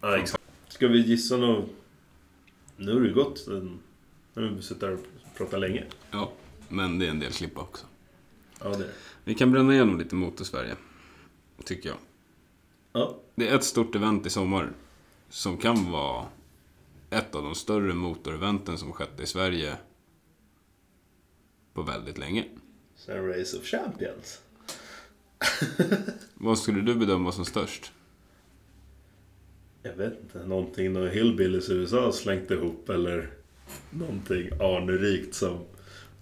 Ja, exakt. Ska vi gissa något? Nu har det ju gått en... Nu har vi suttit här och pratat länge. Ja, men det är en del klippa också. Ja, det är det. Vi kan bränna igenom lite motorsverige. Tycker jag. Ja. Det är ett stort event i sommar som kan vara ett av de större motoreventen som skett i Sverige på väldigt länge. Sen Race of Champions. Vad skulle du bedöma som störst? Jag vet inte, någonting någon hillbillies i USA har slängt ihop eller någonting anrikt som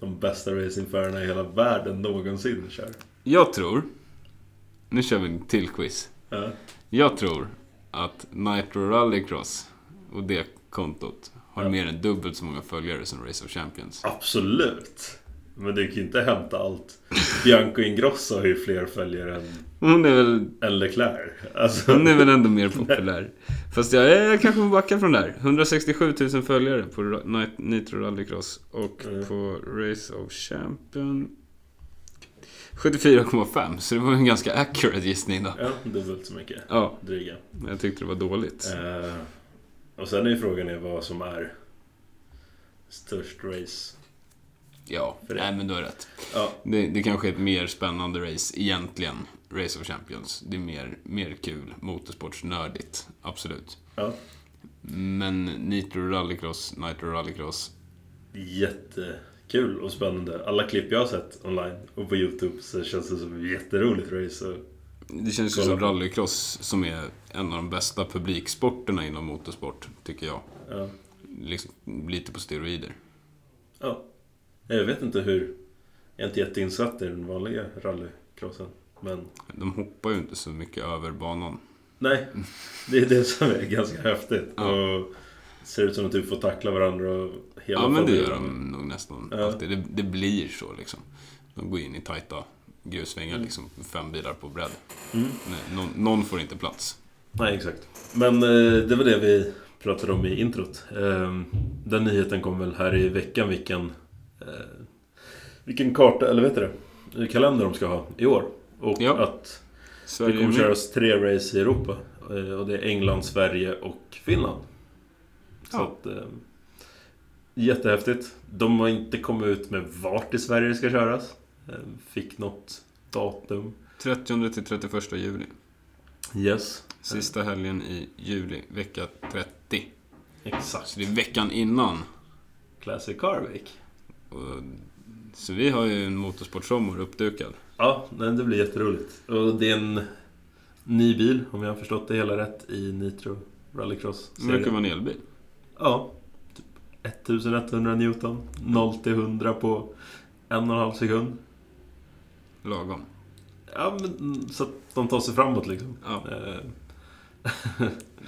de bästa racingförarna i hela världen någonsin kör. Jag tror... Nu kör vi en till quiz. Ja, Jag tror att Nitro Rallycross och det kontot har Ja. mer än dubbelt så många följare som Race of Champions. absolut! Men du kan ju inte hämta allt. Bianco Ingrosso har ju fler följare än, Hon är väl än Leclerc. Alltså, Hon är väl ändå *laughs* mer populär. Fast jag, jag kanske får backa från där. 167 000 följare på Ra- Nit- Nitro Rallycross och Mm. på Race of Champion 74,5 så det var en ganska accurate gissning då. ja, dubbelt så mycket. Ja, Dryga. men jag tyckte det var dåligt. Eh, och sen är ju frågan är vad som är störst race. Ja, för det. nej men du har rätt. Ja, Det, det kanske är ett mer spännande race egentligen. Race of Champions. Det är mer, mer kul, motorsportsnördigt. Absolut. ja. Men Nitro Rallycross, Nitro Rallycross. Jättekul och spännande. Alla klipp jag har sett online och på Youtube så känns det som ett jätteroligt race. Och, Det känns ju Kolla som på. rallycross som är en av de bästa publiksporterna inom motorsport, tycker jag. ja. Liksom, lite på steroider. Ja. Jag vet inte hur... Jag är inte jätteinsatt i den vanliga rallycrossen. Men De hoppar ju inte så mycket över banan. nej, det är det som är ganska häftigt. Ja. Och ser ut som att du får tackla varandra och hela Ja, men det familjen. gör de nog nästan Ja. alltid. Det, det blir så liksom. De går in i tajta grusvängar, liksom fem bilar på bredd. Mm. Nej, någon, någon får inte plats. Nej, exakt. Men eh, det var det vi pratade om i introt. Eh, den nyheten kom väl här i veckan vilken... Eh, vilken karta, eller vet du det? Kalender de ska ha i år. Och Ja. att Det Sverige är kommer med. köras tre race i Europa. Eh, Och det är England, Sverige och Finland. Så Ja. att, eh, jättehäftigt. De har inte kommit ut med vart i Sverige det ska köras. Eh, Fick något datum. 30 till 31 juli. Yes. Mm. Sista helgen i juli, vecka 30. Exakt. Så det är veckan innan. Classic Car Week. Och, så vi har ju en motorsportsommar uppdukad. Ja, nej, det blir jätteroligt. Och det är en ny bil, om jag har förstått det hela rätt, i Nitro Rallycross. Det verkar vara en elbil. Ja, typ 1100 Newton. 0 till 100 på en och en halv sekund. Lagom. Ja, men mm, så att de tar sig framåt liksom. Ja, Eh,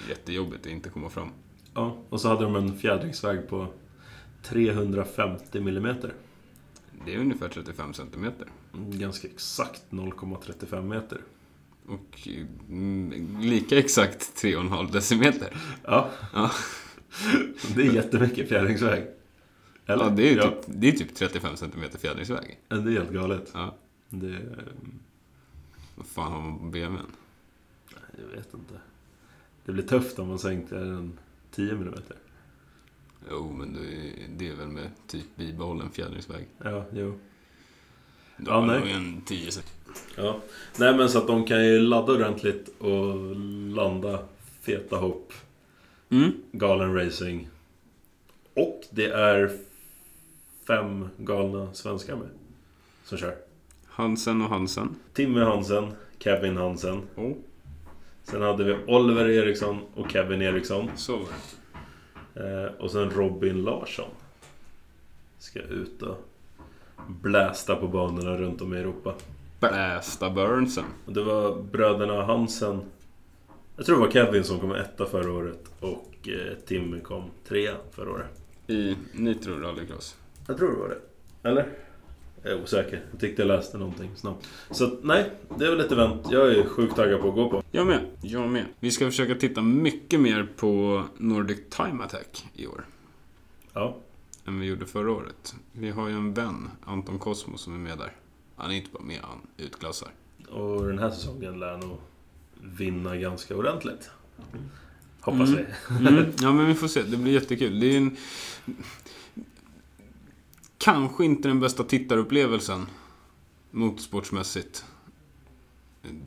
jättejobbigt att inte komma fram. ja. Och så hade de en fjädringsväg på 350 millimeter. Det är ungefär 35 centimeter. Mm, Ganska exakt 0,35 meter. Och mm, lika exakt 3,5 decimeter. Ja. Ja. *laughs* Det är jättemycket fjädringsväg. Ja, det är ju typ, det är typ 35 centimeter fjädringsväg. Ja, det är helt galet. Ja. Det, är- ehm, Vad fan har man på BMWn? jag vet inte. Det blir tufft om man sänkte den 10 millimeter. Jo, men det är, det är väl med typ bibehållen fjädringsväg. Ja, jo. Då Ja, har nej. nog en 10 cent- Ja. Nej men så att de kan ju ladda ordentligt och landa feta hopp. mm. Galen Racing. Och det är f- fem galna svenskar med. Som kör. Hansen och Hansen. Timmy Hansen, Kevin Hansen. Oh. Sen hade vi Oliver Eriksson och Kevin Eriksson. Så var det. Eh, och sen Robin Larsson. Ska ut och blästa på banorna runt om i Europa. Blästa Burnsen. Och det var bröderna Hansen. Jag tror det var Kevin som kom etta förra året och eh, Timmy kom trea förra året. I Nitro Rallycross. Jag tror det var det. Eller? Jag är osäker. Jag tyckte jag läste någonting snabbt. Så att, nej, det är väl ett event jag är sjukt taggad på att gå på. Jag med, jag med. Vi ska försöka titta mycket mer på Nordic Time Attack i år Ja. än vi gjorde förra året. Vi har ju en vän, Anton Cosmo, som är med där. Han är inte bara med, han utklassar. Och den här säsongen lär nog vinna ganska ordentligt. Hoppas Mm. vi. Mm, *laughs* ja, men vi får se. Det blir jättekul. Det är en... Kanske inte den bästa tittarupplevelsen motorsportsmässigt.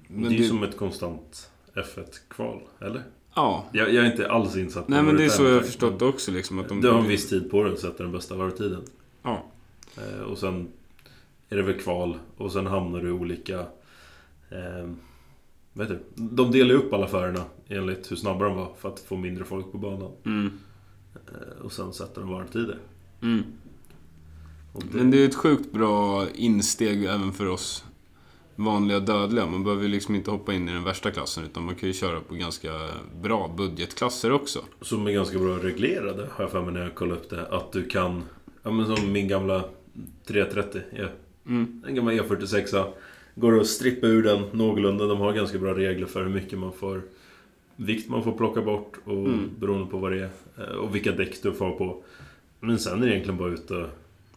Men det är ju som ett konstant F1-kval, eller? Ja. Jag, jag är inte alls insatt Nej, men det är så jag har Nordic förstått det också. Liksom, att de... Du har en viss tid på dig att sätta den bästa varvtiden. Ja. Eh, och sen är det väl kval och sen hamnar du i olika... Eh, vet du? De delar ju upp alla förarna enligt hur snabba de var för att få mindre folk på banan. Mm. Eh, och sen sätter de varvtider. Mm. Och det, Men det är ett sjukt bra insteg även för oss vanliga dödliga. Man behöver ju liksom inte hoppa in i den värsta klassen utan man kan ju köra på ganska bra budgetklasser också. Som är ganska bra reglerade, har jag för mig när jag kollade upp det. Att du kan... Ja men som min gamla 330 är Mm. En gammal E46. Går att strippa ur den någorlunda. De har ganska bra regler för hur mycket man får vikt man får plocka bort och Mm. beroende på vad det är. eh, Och vilka däck du får på. Men sen är det egentligen bara ut och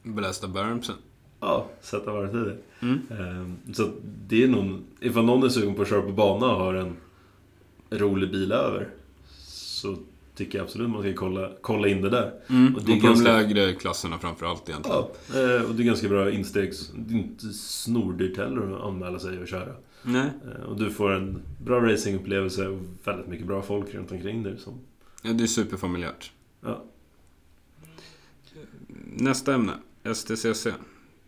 Belästa bermpsen. ja, sätta varvet i det. Mm. Eh, Så att det är någon, ifall någon är sugen på att köra på bana och har en rolig bil över. Så tycker jag absolut man ska kolla, kolla in det där. Mm. Och Och det är på de ganska- lägre klasserna framförallt egentligen. Ja, eh, och det är ganska bra instegs... Det är inte snordyrt heller att anmäla sig och köra. Nej. Eh, Och du får en bra racingupplevelse och väldigt mycket bra folk runt omkring dig. Som, Ja, det är superfamiljärt. Ja. Nästa ämne, STCC.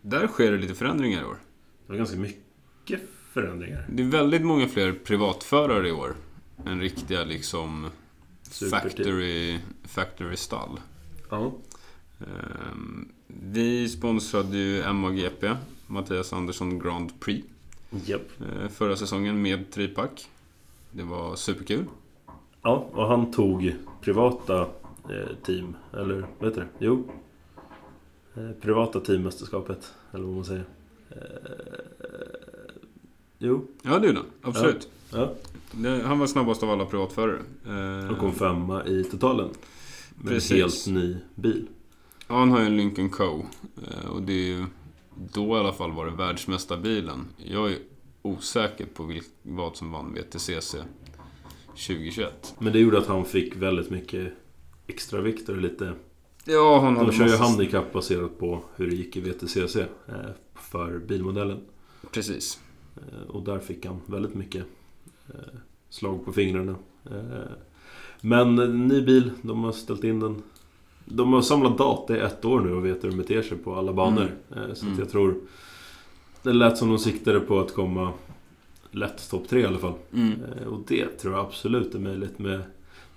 Där sker det lite förändringar i år. det var ganska mycket förändringar. Det är väldigt många fler privatförare i år än riktiga liksom Superteam. factory, factory stall. Ja. Ehm, Vi sponsrade ju MAGP, Mattias Andersson Grand Prix, Japp. eh, förra säsongen med tripack. Det var superkul. Ja, och han tog privata eh, team, eller vad heter det? Jo. Eh, privata teammästerskapet, eller vad man säger. Eh, jo, Ja, det gjorde han. Absolut. Ja. Det- Han var snabbast av alla privatförare. Eh, och kom femma i totalen. Med Precis. en helt ny bil. Ja, han har ju en Lincoln Co. Eh, Och det är ju då i alla fall var det världsmästarbilen. Jag är osäker på vilk, vad som vann VTCC 2021. Men det gjorde att han fick väldigt mycket extra vikt och lite... Ja, han hade De kör ju massa- handikapp baserat på hur det gick i VTCC eh, för bilmodellen. Precis. Eh, Och där fick han väldigt mycket eh, slag på fingrarna. Eh, Men eh, ny bil, de har ställt in den. De har samlat data i ett år nu och vet hur de beter sig på alla banor. Eh, Så att Mm. jag tror... Det lät som de siktade på att komma lätt topp tre i alla fall. Mm. Eh, Och det tror jag absolut är möjligt med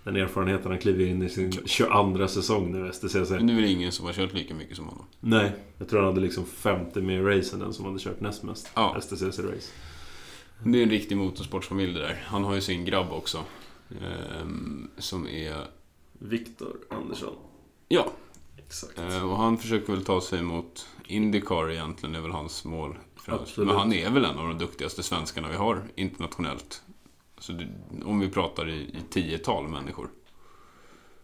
den erfarenheten han kliver in i sin 22 säsong nu, STCC. Men nu är det ingen som har kört lika mycket som honom. Nej, jag tror han hade liksom 50 mer race än den som hade kört näst mest Ja. STCC-race. Det är en riktig motorsportsfamilj det där. Han har ju sin grabb också. ehm, som är... Viktor Andersson. Ja, Exakt. eh, och han försöker väl ta sig mot Indycar egentligen, det är väl hans mål. främst. Absolut. Men han är väl en av de duktigaste svenskarna vi har internationellt. Så det, om vi pratar i, i tiotal människor.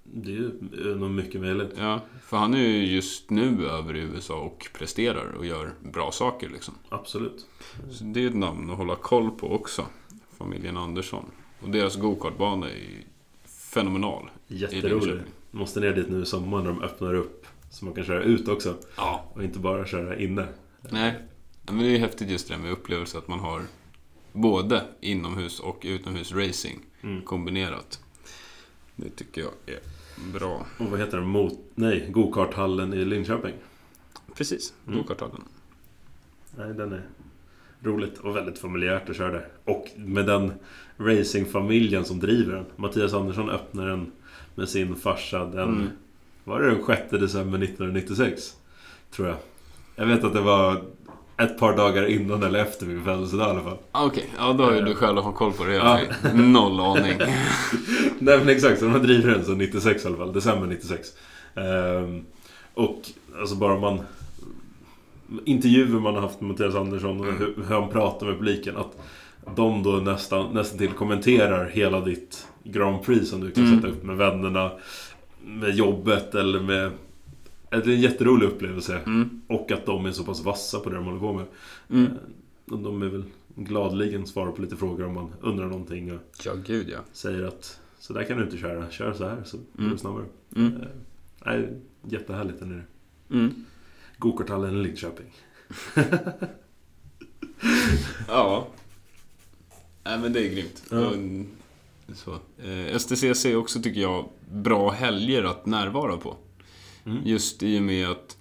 Det är ju nog mycket möjligt. Ja, för han är ju just nu över i USA och presterar och gör bra saker liksom. Absolut. Så det är ett namn att hålla koll på också. Familjen Andersson. Och deras gokartbana är ju fenomenal. i Jätterolig. Linköping. Måste ner dit nu i sommar när de öppnar upp. Så man kan köra ut också. Ja. Och inte bara köra inne. Nej. Men det är ju häftigt just det där med upplevelse att man har både inomhus och utomhus racing Mm. kombinerat. Det tycker jag är bra. Och vad heter den? Mot... Nej, gokarthallen i Linköping. Precis, Mm. gokarthallen. Nej, den är roligt och väldigt familjärt att köra där. Och med den racingfamiljen som driver den. Mattias Andersson öppnar den med sin farsa den... Mm. Var det den 6 december 1996? Tror jag. Jag vet att det var ett par dagar innan eller efter min födelsedag i alla fall. Ah, Okej, ja, då har ju du själv haft koll på det. Jag Ja. har ju noll aning. *laughs* Nej men exakt, så de har drivit den sedan 96 i alla fall. December 96. Ehm, och alltså bara man... Intervjuer man har haft med Mattias Andersson Mm. och hur, hur han pratar med publiken. Att de då nästan, nästan till kommenterar hela ditt Grand Prix som du kan Mm. sätta upp med vännerna. Med jobbet eller med... Det är en jätterolig upplevelse. Mm. Och att de är så pass vassa på det de håller på med. Mm. Eh, och de är väl gladligen svarar på lite frågor om man undrar någonting. Och Ja, gud ja. säger att så där kan du inte köra, kör så här så går Mm. du snabbare. Mm. Eh, Nej, jättehärligt där nere. Mm. Gokarthallen i Linköping. Ja. Nej, men det är grymt. Ja. Och, så. Eh, STCC är också, tycker jag, bra helger att närvara på. Mm. Just i och med att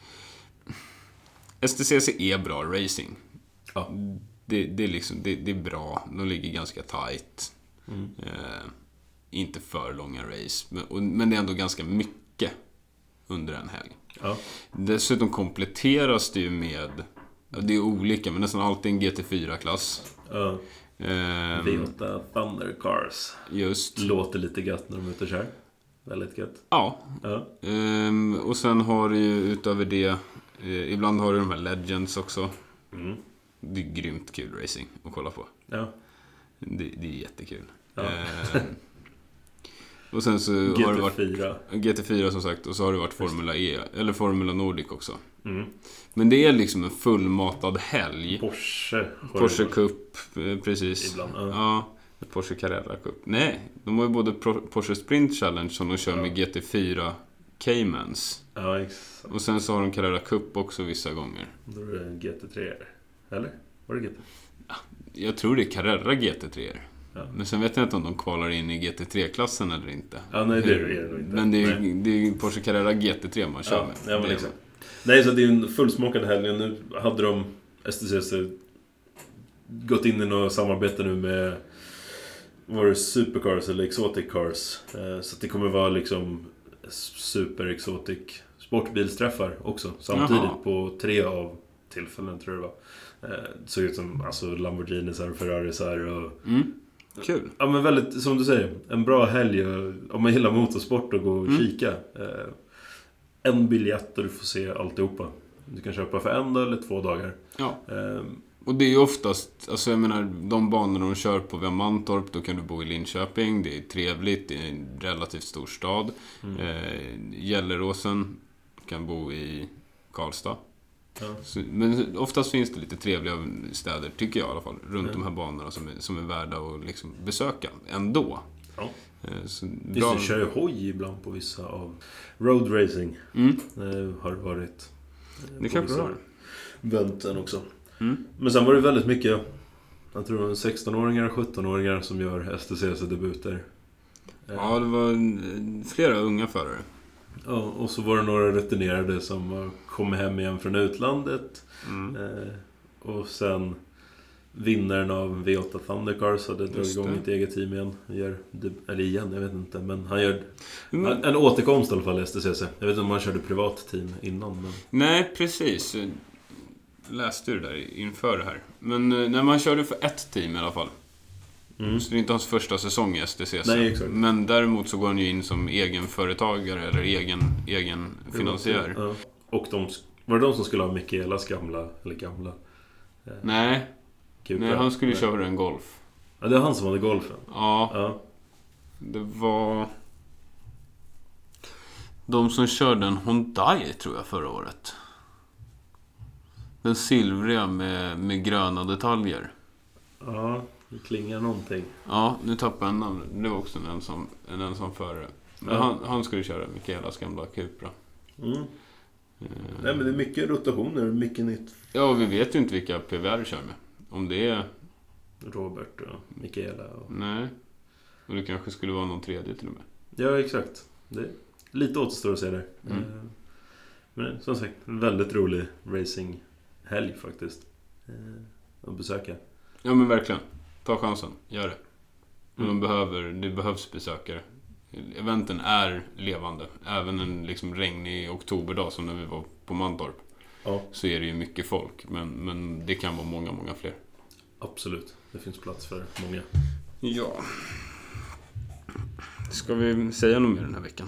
STCC är bra racing. Ja. Det, det, är liksom, det, det är bra, de ligger ganska tight. Mm. Eh, inte för långa race, men, och, men det är ändå ganska mycket under en helg. Ja. Dessutom kompletteras det ju med, ja, det är olika, men nästan alltid en GT4-klass. Uh, Ehm, V8 Thunder Cars. just. Låter lite gött när de är ute och kör. Väldigt gött. Ja. Ja. Ehm, och sen har du ju utöver det, eh, ibland har du de här Legends också. Mm. Det är grymt kul racing att kolla på. Ja. Det, det är jättekul. Ja. Eh, *laughs* och sen så har det varit GT4. GT4 som sagt och så har det varit Formula E, eller Formula Nordic också. Mm. Men det är liksom en fullmatad helg. Porsche. har det Porsche varit Cup, eh, precis. Ibland. Ja. Ja, Porsche Carrera Cup. Nej, de har ju både Pro- Porsche Sprint Challenge som de kör med GT4 Caymans. ja, exakt. Och sen så har de Carrera Cup också vissa gånger. Då är det en GT3. -are. Eller? Var det GT? Jag tror det är Carrera GT3. er Ja. Men sen vet jag inte om de kvalar in i GT3-klassen eller inte. Ja, nej, det är det nog inte. Men det är, Nej. ju- det är ju Porsche Carrera GT3 man kör Ja, med. ja, men liksom. Det- exakt. Nej, så det är ju en fullsmakad helg. Nu hade de STCC gått in i något samarbete nu med var det Supercars eller Exotic Cars. Eh, Så att det kommer vara liksom Super Exotic sportbilsträffar också samtidigt Jaha. på tre av tillfällen tror jag det var. Eh, Det såg ut som alltså, Lamborghinis här och Ferraris här och Mm. Kul. Ja men väldigt, som du säger, en bra helg och, om man gillar motorsport och gå och Mm. kika. Eh, en biljett och du får se alltihopa. Du kan köpa för en dag eller två dagar. Ja. Eh, Och det är ju oftast, alltså jag menar, de banor de kör på, vi har Mantorp, då kan du bo i Linköping, det är trevligt, det är en relativt stor stad. mm. Eh, Gelleråsen kan bo i Karlstad. Ja. Så, men oftast finns det lite trevliga städer, tycker jag i alla fall, runt Ja. de här banorna som är, som är värda att liksom besöka ändå. Ja. Eh, så Visst, bra. du kör ju hoj ibland på vissa av... Road racing Mm, eh, har det varit. eh, det på kanske vissa du har. Vänten också. Mm. Men sen var det väldigt mycket, jag tror det var 16-åringar och 17-åringar som gör STCC-debuter. Eh, Ja, det var eh, flera unga förare. Ja, och så var det några rutinerade som har kommit hem igen från utlandet. Eh, och sen vinnaren av V8 Thundercars hade dragit Just igång det. ett eget team igen. Han Gör, deb- eller igen, jag vet inte. Men han gör Men, en, en återkomst i alla fall i STCC. Jag vet inte om han körde privat team innan. Men... nej, precis. Eh, Läste du det där inför det här. Men eh, nej, man körde för ett team i alla fall. Så det är inte hans första säsong i STCC. Mm. Nej, exakt. Men däremot så går han ju in som egenföretagare eller egen, egen finansiär. Ja. Och de, sk- var det de som skulle ha Mikaelas gamla, eller gamla, Nej, Cupra? nej, han skulle ju Nej. köra en Golf. Ja, det var han som hade golfen. Ja, Ja. det var... De som körde en Hyundai tror jag förra året. Den silvriga med, med gröna detaljer. ja, det klingar någonting. Ja, nu tappade jag namnet. Det var också en ensam, en ensam förare. Men Ja. han, han skulle köra Mikaelas gamla Cupra. Mm. Eh, Nej, men det är mycket rotationer och mycket nytt. Ja, och vi vet ju inte vilka PVR kör med. Om det är... Robert och Mikaela och... Nej. Och det kanske skulle vara någon tredje till och med. Ja, exakt. Det är lite återstår att se där. Mm. Eh, Men som sagt, en väldigt rolig racinghelg faktiskt. Eh, Att besöka. Ja, men verkligen. Ta chansen. Gör det. Och Mm. De behöver, det behövs besökare. Eventen är levande. Även en liksom regnig oktoberdag som när vi var på Mantorp. Ja. Så är det ju mycket folk. Men, men det kan vara många, många fler. Absolut, det finns plats för många. Ja. Ska vi säga något mer den här veckan?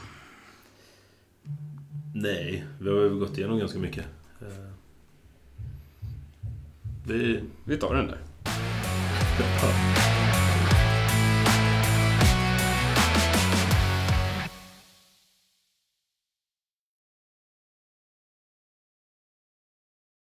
Nej, vi har ju gått igenom ganska mycket. Eh, Det är... Vi tar den där. Ja.